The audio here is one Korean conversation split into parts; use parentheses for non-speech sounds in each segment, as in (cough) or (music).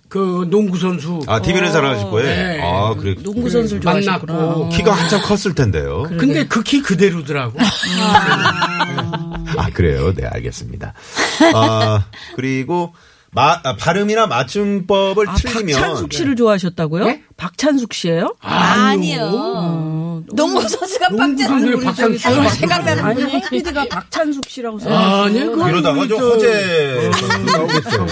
농구 선수 아, TV를 사랑하실 거예요? 네. 아, 그래. 어, 농구 선수를 좋아했구나. 어. 만났고 키가 한참 컸을 텐데요. 근데 그 키 그대로더라고. 아 그래요? 네 알겠습니다. 아 그리고 마- 아, 발음이나 맞춤법을 아, 틀리면 박찬숙 씨를 좋아하셨다고요? 박찬숙 씨예요 아니요. 농구 선수가 농구 선수 박찬 생각나는 아니, 황피디가 박찬숙 씨라고 생각했어요. 아니 그 네. 이러다가 저 호재 나오겠어요.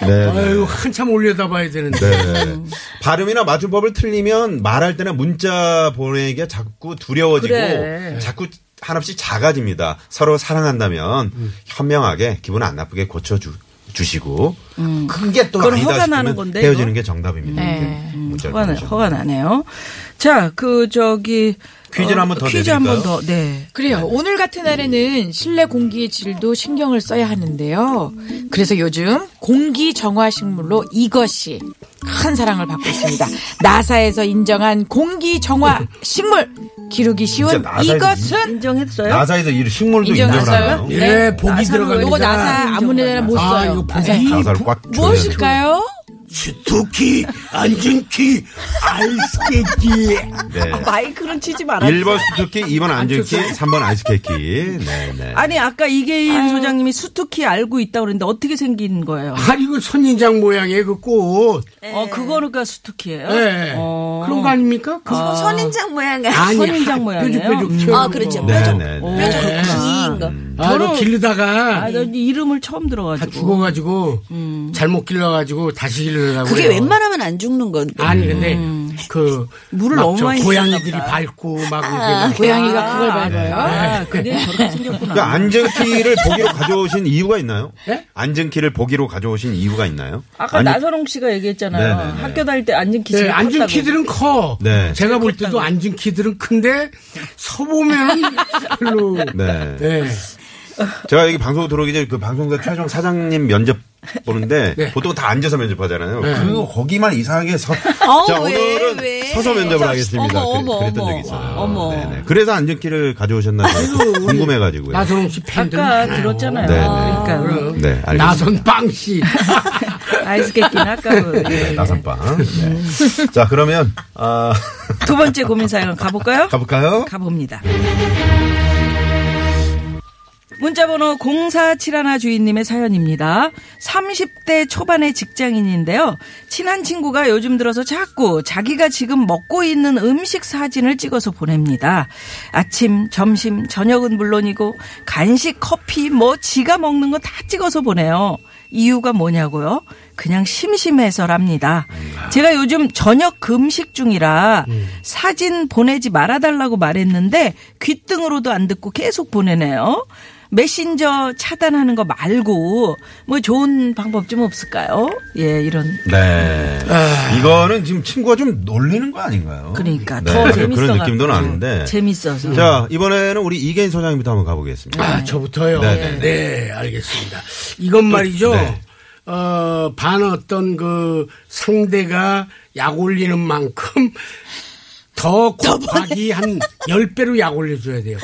네. 네. 아유 한참 올려다봐야 되는데. 네. 발음이나 맞춤법을 틀리면 말할 때나 문자 보내기가 자꾸 두려워지고 그래. 자꾸 한없이 작아집니다. 서로 사랑한다면 음. 현명하게 기분 안 나쁘게 고쳐주. 시고 그게 또 음. 그건 아니다 허가 나는 싶으면 건데, 헤어지는 이거? 게 정답입니다. 이렇게 네. 문자를 허가, 나, 보내주셨네요. 허가 나네요. 자, 그, 저기. 어, 퀴즈를 한번더 퀴즈 내드릴까요? 한 번 더, 네. 그래요. 오늘 같은 날에는 실내 공기의 질도 신경을 써야 하는데요. 그래서 요즘 공기 정화 식물로 이것이 큰 사랑을 받고 있습니다. 나사에서 인정한 공기 정화 식물 기르기 쉬운 진짜 나사에서 이것은 네? 인정했어요? 나사에서 이 식물도 인정을 인정했어요? 하나요? 예, 네. 복이 들어가는 요거 거잖아. 나사 아무데나 못 아, 써요. 이거 나사. 복이 가사를 꽉뭐 무엇일까요? 주토키 안준키 아이스케키 네. 마이크는 치지 말아요. 1번 수수께 2번 안주키, 3번 아이스케이키. 네, 네. 아니 아까 이계인 소장님이 수특히 알고 있다 고 그랬는데 어떻게 생긴 거예요? 아 이거 손인장 모양의 그 꽃 어 그거니까 수특히예요. 예. 어. 그런 거 아닙니까? 그 선- 선인장 모양 같아. 아니, 선인장 모양이에요? 뾰족뾰족 음. 튀어나온 아, 그렇죠. 거. 네, 뾰족. 네, 네. 뾰족 긴 거. 아, 이거 길르다가 아, 나이 이름을 처음 다 들어가지고. 죽어가지고 음. 잘못 길러가지고 다시 길르려고 그게 해요. 웬만하면 안 죽는 건데. 아니 근데 그 음. 물을 막 너무 저 많이 고양이들이 쓰셨나 보다. 밟고 막 이렇게 막 고양이가 그걸 아, 밟아요. 아, 그게 저렇게 생겼구나. 그 안전키를 보기로 가져오신 이유가 있나요? 네? 안전키를 보기로 가져오신 이유가 있나요? 아까 아니, 나선홍 씨가 얘기했잖아요. 네네네. 학교 다닐 때 앉은 키 네, 제일 앉은 컸다고. 키들은 커. 네. 제가 볼 때도 앉은 키들은 큰데 서보면 별로. 네. 네. 제가 여기 방송 들어오기 전에 그 방송사 최종 사장님 면접 보는데 네. 보통 다 앉아서 면접하잖아요. 네. 그 거기만 이상하게 서. 어우, 자 왜, 오늘은 왜? 서서 면접을 하겠습니다. 어머, 어머, 그랬던 어머. 적이 있어요. 어머. 네네. 그래서 안전키를 가져오셨나 그 궁금해가지고요. 나선홍 씨 팬들. 아까 많아요. 들었잖아요. 네네. 그러니까 네, 알겠습니다. (laughs) 나선빵 씨. 아이스케이키는 아까 그- 네, 나선빵. 네. 자 그러면 아, 두 번째 고민 사연 가볼까요? 가볼까요? 가봅니다. 문자번호 0471 주인님의 사연입니다. 30대 초반의 직장인인데요. 친한 친구가 요즘 들어서 자꾸 자기가 지금 먹고 있는 음식 사진을 찍어서 보냅니다. 아침, 점심, 저녁은 물론이고 간식, 커피, 뭐 지가 먹는 거 다 찍어서 보내요. 이유가 뭐냐고요? 그냥 심심해서랍니다. 음. 제가 요즘 저녁 금식 중이라 사진 보내지 말아달라고 말했는데 귓등으로도 안 듣고 계속 보내네요. 메신저 차단하는 거 말고 뭐 좋은 방법 좀 없을까요? 예, 이런. 네. 이거는 지금 친구가 좀 놀리는 거 아닌가요? 그러니까 네, 더 그런- 재밌어. 그런 느낌도 나는데. 재밌어서. 자, 이번에는 우리 이계인 소장님부터 한번 가보겠습니다. 아, 저부터요. 네, 네, 네. 알겠습니다. 이건 말이죠. 네. 어, 반 어떤 그 상대가 약 올리는 만큼 더 곱하기 한 10배로 약 올려줘야 돼요.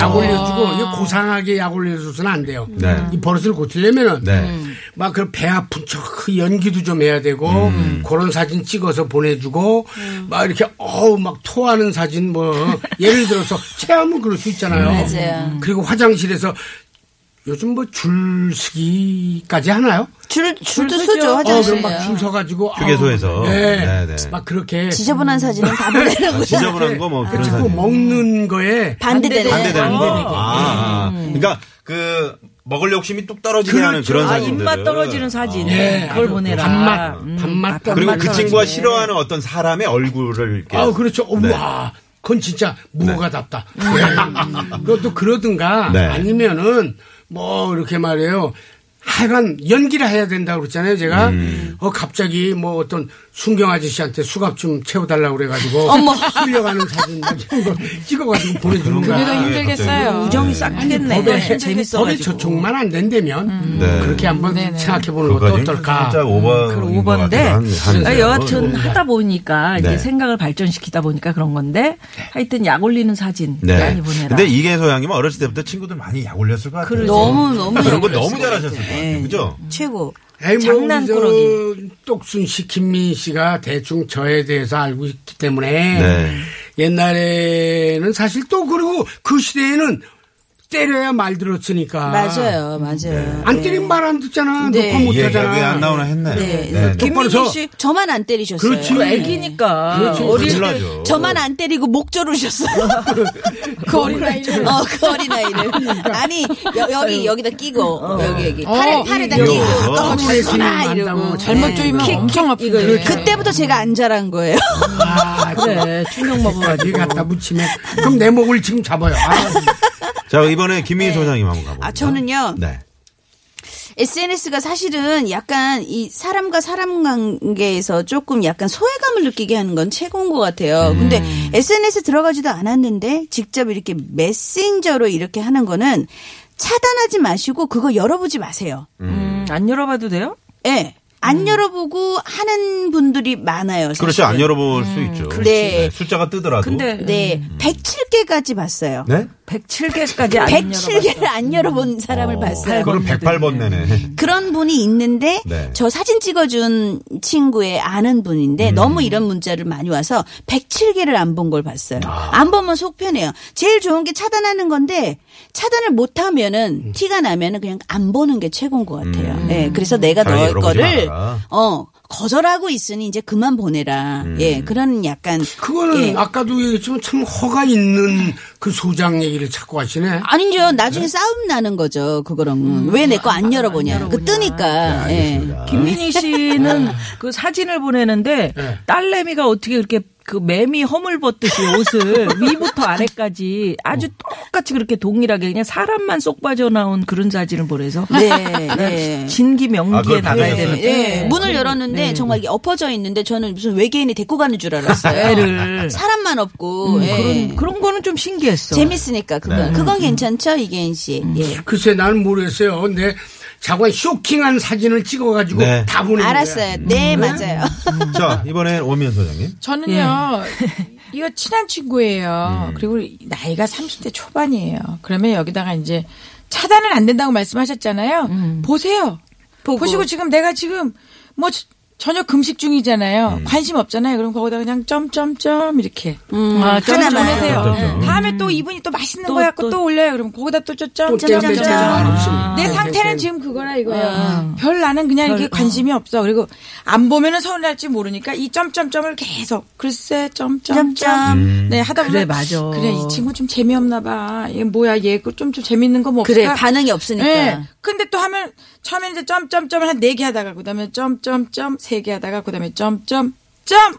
약 올려주고, 이거 고상하게 약 올려줘서는 안 돼요. 아. 네. 이 버릇을 고치려면은, 네. 막 그 배 아픈 척그 연기도 좀 해야 되고, 음. 그런 사진 찍어서 보내주고, 막 이렇게, 어우, 막 토하는 사진 뭐, 예를 들어서, 체하면 그럴 수 있잖아요. 음. 맞아요. 그리고 화장실에서 요즘 뭐 줄서기까지 하나요? 줄, 줄도 쓰죠. 쓰죠, 어, 그럼 화장실에. 막 줄 서가지고 아우, 휴게소에서. 네, 네, 네. 막 그렇게 지저분한 사진은 다 보내는 아, 거죠. 지저분한 거 뭐 그런 자꾸 사진. 먹는 거에 반대되는. 반대되는 거. 반대되는 거. 아, 아. 그러니까 그 먹을 욕심이 뚝 떨어지게 하는 그렇죠. 그런 네. 아, 사진들. 입맛 떨어지는 사진. 예, 그걸 아주 보내라. 밥맛, 음, 밥맛 밥맛 그리고 그 떨어지네. 친구가 싫어하는 어떤 사람의 얼굴을 이렇게. 아, 그렇죠. 네. 우 와. 그건 진짜 무어가 답다. (laughs) 그것도 그러든가 네. 아니면은 뭐 이렇게 말해요. 하여간 연기를 해야 된다고 그랬잖아요. 제가 음. 어 갑자기 뭐 어떤 순경 아저씨한테 수갑 좀 채워달라고 그래가지고 (laughs) 끌려가는 사진 막 이런 걸 아, 찍어가지고 보내주는 그래도 예. 거야. 힘들겠어요. 우정이 싹 법에 트겠네. 법에 재밌어가지고. 저촉만 안 된다면 네. 그렇게 한번 네네. 생각해 보는 그거 것도 지금 어떨까. 살짝 오버. 그럼 5번인데 그러니까 여하튼 하다 보니까 네. 이제 생각을 발전시키다 보니까 그런 건데 하여튼 약 올리는 사진 네. 많이 보내라. 근데 이계소 양님은 어렸을 때부터 친구들 많이 약 올렸을 것 같아요. 너무, 너무. 그런 거 예뻤어요. 너무 잘하셨을 것 같아요. 예. 그죠? 최고. 에이, 뭐 장난꾸러기. 우리 저 똑순 씨, 김민 씨가 대충 저에 대해서 알고 있기 때문에 네. 옛날에는 사실 또 그리고 그 시대에는 때려야 말 들었으니까 맞아요, 맞아요. 안 때리면 말 안 듣잖아. 네. 녹화 못 이 얘기가 하잖아. 예, 왜안 나오나 했나요? 네. 똑바로 김민기 서. 씨, 저만 안 때리셨어요. 네. 그렇지. 네. 애기니까 그렇죠. 어릴 어릴 때 때 저만 안 때리고 목 조르셨어요. 그 어린아이를. 어, 그 어린아이를. 아니, 여, 여기, 여기다 끼고, 여기, 여기. 팔에, 어, 팔에다 이거. 끼고, 너무 이거. 잘 잘생기면 쏘나, 이러고. 안다고. 네. 잘못 조이면 엄청 아프거든요. 그때부터 제가 안 자란 거예요. 아, 그래 네, 충격 여기 먹어가지고 갖다 붙이면 그럼 내 목을 지금 잡아요. 아, 자, 이번에 김민희 소장님 한번 가볼게요. 아, 저는요. 네. SNS가 사실은 약간 이 사람과 사람 관계에서 조금 약간 소외감을 느끼게 하는 건 최고인 것 같아요. 음. 근데 SNS 들어가지도 않았는데 직접 이렇게 메신저로 이렇게 하는 거는 차단하지 마시고 그거 열어보지 마세요. 음, 안 열어봐도 돼요? 예. 안 열어보고 하는 분들이 많아요. 사실은. 음. 그렇지 그렇죠. 안 열어볼 수 있죠. 그렇지. 네. 숫자가 뜨더라도. 근데 네. 107개까지 봤어요. 음. 네? 107개까지 안 107개를 열어봤어. 안 열어본 사람을 봤어요. 그럼 108번 내네. (laughs) 그런 분이 있는데 네. 저 사진 찍어준 친구의 아는 분인데 음. 너무 이런 문자를 많이 와서 107개를 안 본 걸 봤어요. 아. 안 보면 속 편해요. 제일 좋은 게 차단하는 건데 차단을 못 음. 하면은 티가 나면은 그냥 안 보는 게 최고인 것 같아요. 예. 그래서 내가 차라리 너의 열어보지 거를 마라. 어 거절하고 있으니 이제 그만 보내라. 음. 예. 그런 약간 그거는 예. 아까도 얘기했지만 참 허가 있는 그 소장 얘기를 자꾸 하시네. 아니죠. 나중에 싸움 나는 거죠. 그거랑 왜 내 거 안 열어보냐. 그 네, 뜨니까. 예. 김민희 씨는 그 사진을 보내는데 네. 딸내미가 어떻게 이렇게 그 매미 허물 벗듯이 (laughs) 옷을 위부터 아래까지 아주 어. 똑같이 그렇게 동일하게 그냥 사람만 쏙 빠져나온 그런 사진을 보내서 (laughs) 네. 네. 진기 아, 명기에 그걸 나가야 보내서. 되는 예, 네. 문을 열었는데 정말 이게 엎어져 있는데 저는 무슨 외계인이 데리고 가는 줄 알았어요. 아. 애를. 음, 사람만 없고 예. 그런 네. 그런 거는 좀 신기했어. 재밌으니까 그건 그건 괜찮죠 이계인 씨. 음. 예. 글쎄 나는 모르겠어요. 근데 자꾸 쇼킹한 사진을 찍어가지고 네. 다 보내는 거야. 알았어요. 음. 네 맞아요. 자, 이번엔 오미연 소장님. 저는요. 이거 친한 친구예요. 음. 그리고 나이가 30대 초반이에요. 그러면 여기다가 이제 차단은 안 된다고 말씀하셨잖아요. 보세요. 보고. 보시고 지금 내가 지금 뭐 저- 전혀 금식 중이잖아요. 음. 관심 없잖아요. 그럼 거기다 그냥 점점점 이렇게 아, 음. 하나만. 보내세요. 점점점. 다음에 또 이분이 또 맛있는 또, 거 갖고 또. 또, 올려요. 그럼 거기다 또 또 점점점. 짠, 짠, 짠. 말없이. 내 네, 상태는 네, 지금 그거라 이거야. 음. 별 나는 그냥 이렇게 관심이 없어. 그리고 안 보면은 서운할지 모르니까 이 점점점을 계속 글쎄 점점점. 음. 네 하다 보면 그래, 맞아. 그래 이 친구 좀 재미없나 봐. 얘 뭐야 얘그좀좀 재밌는 거 뭐. 그래 그러니까 없을까? 반응이 없으니까. 네. 예. 근데 또 하면 처음에 이제 점점점을 한 네 개 하다가 그다음에 점점점 세 개 하다가 그다음에 점점 점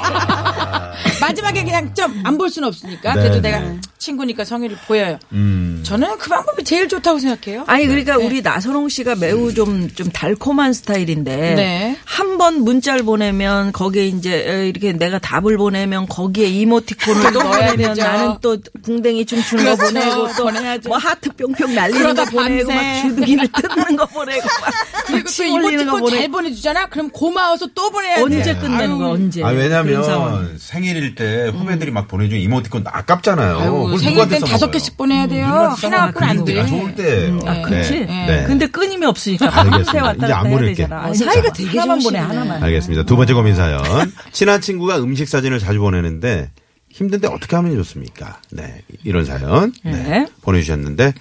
(laughs) 마지막에 그냥 점 안 볼 수는 없으니까 그래도 아. 네, 내가 친구니까 성의를 보여요. 음. 저는 그 방법이 제일 좋다고 생각해요. 아니 그러니까 네. 우리 나선홍 씨가 매우 좀 좀 달콤한 스타일인데 음. 네. 한 번 문자를 보내면 거기에 이제 에, 이렇게 내가 답을 보내면 거기에 이모티콘을 또 (laughs) 넣어야 보내면 되죠. 나는 또 궁뎅이 춤추는 거 그렇죠. 보내고 또 보내야죠. 뭐 하트 뿅뿅 날리는 거 그러다 보내고 막 밤새. 주둥이를 뜯는 거 보내고 막 (laughs) 그리고 또 침 흘리는 거 이모티콘 보내고 잘 보내주잖아. 그럼 고마워서 또 보내야 돼. 언제 끝나는 거 언제? 아, 예, 그런 상황. 왜냐면 생일일 때 후배들이 막 보내준 이모티콘 아깝잖아요. 아유, 그걸 뭐 생일 누구한테 땐 다섯 써먹어요? 개씩 보내야 돼요. 뭐 누구한테 써먹어요? 하나 갖고는 안 돼. 아, 좋을 때. 아, 그렇지. 네. 근데 끊임이 없으니까 알겠습니다. 밤새 왔다 이제 갔다 안 해야 보낼게. 되잖아. 아니, 사이가 되게 하나만 보내 좋으시네. 하나만. 알겠습니다. 두 번째 고민 사연. (laughs) 친한 친구가 음식 사진을 자주 보내는데 힘든데 어떻게 하면 좋습니까? 네. 이런 사연. 네. 네. 보내주셨는데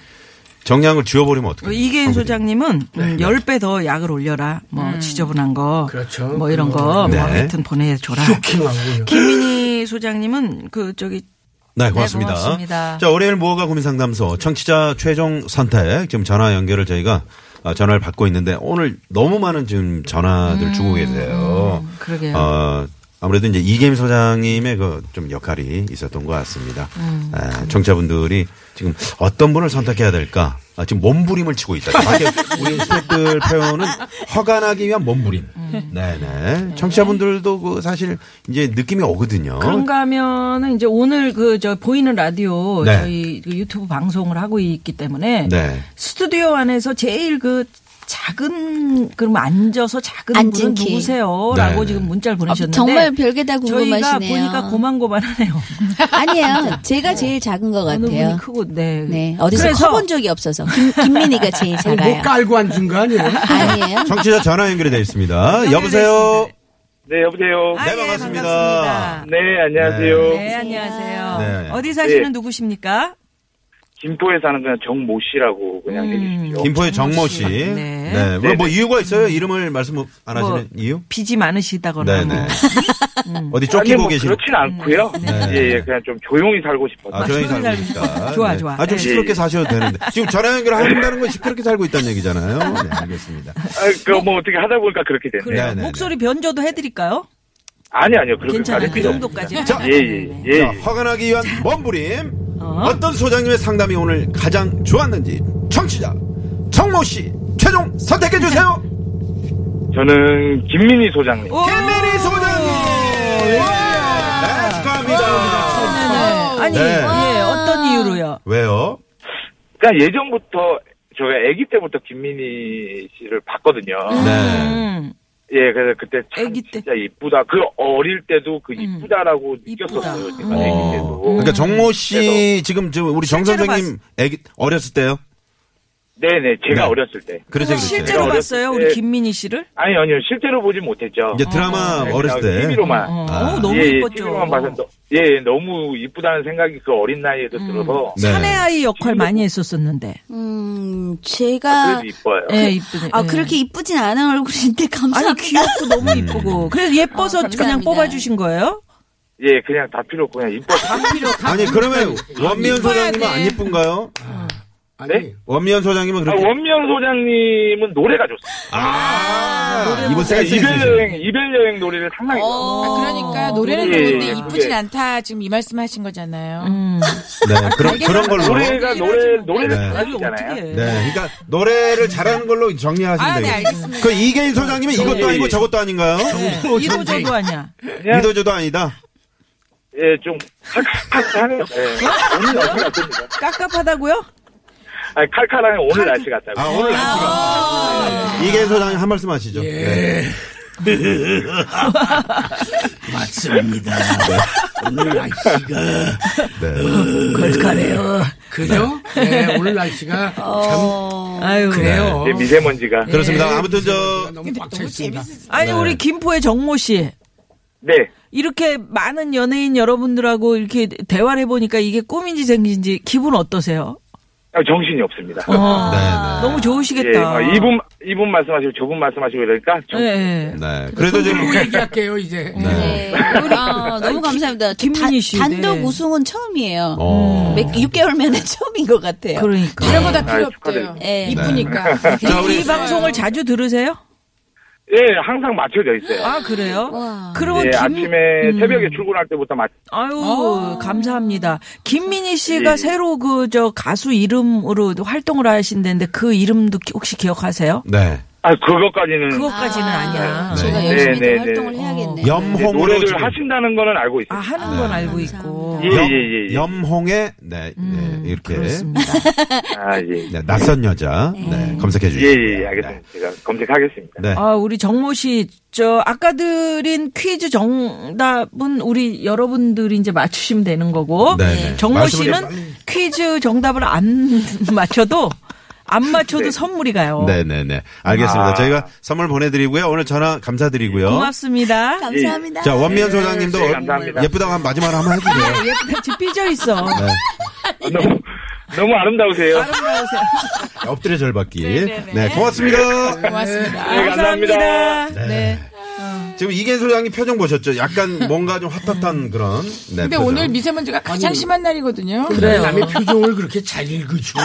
정량을 지워버리면 어떻게 이계인 소장님은 음, 10배 더 약을 올려라. 뭐 음. 지저분한 거. 그렇죠. 뭐 이런 거. 네. 뭐 하여튼 보내줘라. 쇼킹하고요. 김민희 소장님은 그 저기 네, 고맙습니다. 네, 고맙습니다. 자, 월요일 무허가 고민 상담소 청취자 최종 선택 지금 전화 연결을 저희가 어, 전화를 받고 있는데 오늘 너무 많은 지금 전화들 음, 주고 계세요. 그러게요. 어, 아무래도 이제 이계임 소장님의 그 좀 역할이 있었던 것 같습니다. 에, 청취자분들이 지금 어떤 분을 선택해야 될까? 아, 지금 몸부림을 치고 (laughs) 있다. 밖에 우리 스태프들 표현은 허가나기 위한 몸부림. 네네. 청취자분들도 그 사실 이제 느낌이 오거든요. 그런가 하면은 이제 오늘 그 저 보이는 라디오 네. 저희 그 유튜브 방송을 하고 있기 때문에 네. 스튜디오 안에서 제일 그 작은 그럼 앉아서 작은 앉은 분은 키. 아, 누구세요라고 네. 지금 문자를 보내셨는데 정말 별게 다 저희가 궁금하시네요. 보니까 고만고만하네요. (laughs) 아니에요. 제가 제일 작은 것 어느 같아요. 분이 크고 네. 네. 어디서 그래서 커본 적이 없어서. 김, 김민희가 제일 못 작아요. 깔고 앉은 거 아니에요? 아니에요. 청취자 전화 연결이 되어 있습니다. 여보세요. 네, 여보세요. 아, 네, 예, 반갑습니다. 네, 안녕하세요. 네, 안녕하세요. 네. 어디 사시는 네. 누구십니까? 김포에 사는 그냥 정모 씨라고 음, 그냥 해주십시오. 김포의 정모 씨. 네. 네. 왜, 뭐 이유가 있어요? 이름을 말씀 안 하시는 뭐, 이유? 빚이 많으시다거나 뭐. 네네. 어디 아니, 쫓기고 뭐 계시는? 그렇진 않고요. 네. 예, 예, 그냥 좀 조용히 살고 싶어서. 아, 조용히 아, 살고 있다. 좋아, 좋아. 아, 네. 좀 시끄럽게 사셔도 (laughs) 되는데. 지금 전화 연결한다는 건 시끄럽게 살고 있다는 얘기잖아요. 네, 알겠습니다. 아, 그뭐 어떻게 하다 보니까 그렇게 됐네요. 그래요. 네네네. 목소리 변조도 해드릴까요? 아니, 아니요. 그렇게 괜찮아요. 그 가르치지 않습니다. 정도까지. 자, 예, 예, 예. 네. 자, 예. 화가 나기 위한 몸부림. 어? 떤 소장님의 상담이 오늘 가장 좋았는지 청취자 정모 씨 최종 선택해 주세요. 저는 김민희 소장님. 네. 김민희 소장님. 예. 네, 축하합니다. 아니, 네. 예, 어떤 이유로요? 왜요? 그러니까 예전부터 제가 아기 때부터 김민희 씨를 봤거든요. 네. 음, 예, 그래서 그때 참 아기 때. 진짜 이쁘다. 그 어릴 때도 그 이쁘다라고 느꼈었어요. 제가 음. 아기 어. 때도. 그러니까 정모 씨 지금 저 우리 정 실제로 선생님 애기 어렸을 때요. 네네, 제가 네. 어렸을 때. 그래서 그랬어요. 실제로 어렸을 봤어요? 때- 우리 김민희 씨를? 아니, 아니요. 실제로 보진 못했죠. 이제 아, 드라마 아, 어렸을 때. 네, 아. TV로만. 어, 어우, 너무 예, 이뻤죠. TV로만 봐서 너- 예, 예, 너무 이쁘다는 생각이 그 어린 나이에도 음. 들어서. 네. 사내 아이 역할 많이 했었었는데. 음, 제가 아, 그래도 이뻐요. 예, 이쁘네. 아 예. 그렇게 이쁘진 않은 얼굴인데 아니, 감사합니다. 귀엽고 너무 이쁘고. 그래서 예뻐서 그냥 감사합니다. 뽑아주신 거예요? 예, 그냥 다 필요 없고 그냥 이뻐서. 아니 그러면 원미연 소장님은 안 예쁜가요? 아니, 원미연 소장님은 아, 그렇게 원미연 소장님은 노래가 좋습니다. 아, 이분 센스 이별 있으시네. 여행, 이별 여행 노래를 상당히 어. 좋아해요. 아, 그러니까 노래는 예, 좋은데 예, 이쁘진 그게. 않다 지금 이 말씀하신 거잖아요. 네, 그런 그런 걸로. 네, 노래가 노래 노래를 네. 잘하시잖아요. 어떻게 해. 그러니까 노래를 잘하는 걸로 정리하시면 아, 네, 되겠습니다. 알겠습니다. 그 이계인 소장님은 이것도 예, 아니고 예. 저것도 아닌가요? 네. 이로저도 아니야. 그냥 이도저도 아니다. 예, 좀 칼칼하네요. (laughs) 예. 오늘 날씨 같습니다. 어? 깝깝하다고요? 아니, 칼칼하네 오늘 날씨 같다고. 아 오늘 날씨가 이계인 소장님 한 말씀 예. 하시죠. 네. 맞습니다. 네. 오늘 날씨가 네. 걸카래요. 그죠? 네, 오늘 날씨가 참 아유. 어. 그래요. 이제 예, 미세먼지가. 그렇습니다. 아무튼 저 너무 꽉차 있습니다. 아니 네. 우리 김포의 정모 씨 네. 이렇게 많은 연예인 여러분들하고 이렇게 대화를 해보니까 이게 꿈인지 생긴지 기분 어떠세요? 아, 정신이 없습니다. 어, 네, 너무 예, 좋으시겠다. 아, 이분, 이분 말씀하시고 저분 말씀하시고 이러니까 좀 네. 네. 그래도 지금 그리고 얘기할게요 이제. 네. 우리 아, 너무 감사합니다. 김민희 씨, 단, 네. 단독 우승은 처음이에요. 어. 몇- 6개월 만에 (laughs) 처음인 것 네. 같아요. 그러니까. 이런 거 다 아유, 필요 없대요. 축하드립니다. 예. 이쁘니까. 자, 우리 이 방송을 자주 들으세요? 예, 항상 맞춰져 있어요. 아 그래요? 그러면 예, 김 아침에 새벽에 출근할 때부터 맞. 아유 어. 감사합니다. 김민희 씨가 예. 새로 그 저 가수 이름으로 활동을 하신다는데 그 이름도 기- 혹시 기억하세요? 네. 아, 그것까지는 그거까지는 아, 니야 네. 제가 네, 열심히 좀 네, 활동을 네. 해야겠네요. 이제 염홍으로 노래를 지금 하신다는 거는 알고 아 있어요. 하는 건 알고 있고. 예, 염, 예, 예. 염홍의 네, 네 이렇게 그렇습니다. 아, 예. 네, 낯선 여자 네, 검색해 예, 주시고요. 예, 예, 알겠습니다. 제가 검색하겠습니다. 네. 네. 아, 우리 정모 씨, 저, 아까 드린 퀴즈 정답은 우리 여러분들이 이제 맞추시면 되는 거고. 네네. 정모 말씀을 씨는 퀴즈 정답을 안 (laughs) 맞춰도, 안 맞춰도 네. 선물이 가요. 네, 네, 네. 알겠습니다. 아. 저희가 선물 보내드리고요. 오늘 전화 감사드리고요. 어? 고맙습니다. 감사합니다. 자, 원미연 소장님도 네, 감사합니다. 예쁘다고 한 마지막으로 한번 해주세요. 예쁘다. 지금 삐져 네. 있어. 아, 너무, 너무 아름다우세요. 아름다우세요. 엎드려 절받기. 네, 고맙습니다. 예. 네. 네, 감사합니다. 감사합니다. 지금 이겐 소장님 표정 보셨죠? 약간 뭔가 좀 헛헛한 그런. 네, 근데 표정. 오늘 미세먼지가 가장 심한 날이거든요. 남의 표정을 그렇게 잘 읽어줘.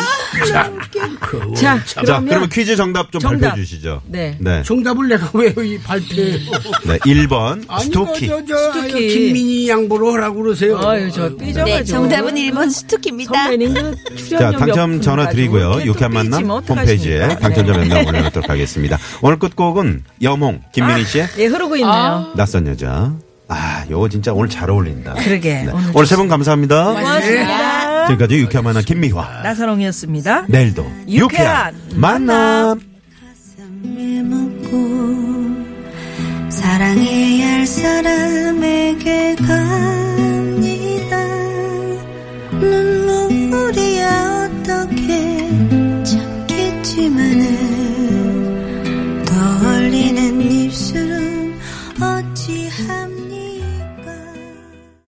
자, 그, 자, 자, 그러면 그러면 퀴즈 정답 좀 정답. 발표해 주시죠. 네. 네. 정답을 내가 왜이 발표해요? 네, 1번 스토키. 뭐 저, 저, 저, 스토키. 김민희 양보로 하라고 그러세요. 아유, 저 삐져가지고. 네, 정답은 1번 스투키입니다. 선배님 그 자, 출연료 당첨 몇푼 전화 가지고 드리고요. 이렇게 또 유쾌한 만남 삐지면 뭐 어떡하십니까? 홈페이지에 네. 당첨자 명단 올려놓도록 하겠습니다. 오늘 끝곡은 여몽, 김민희 씨의 예, 흐르고 있네요. 어? 낯선 여자. 아, 요거 진짜 오늘 잘 어울린다. 그러게, 네. 오늘 오늘 세 분 감사합니다. 네. 고맙습니다. 지금까지 유쾌한 만남 김미화. 나사롱이었습니다. 내일도 유쾌한 유쾌한 만남. 사랑해야 할 사람에게 가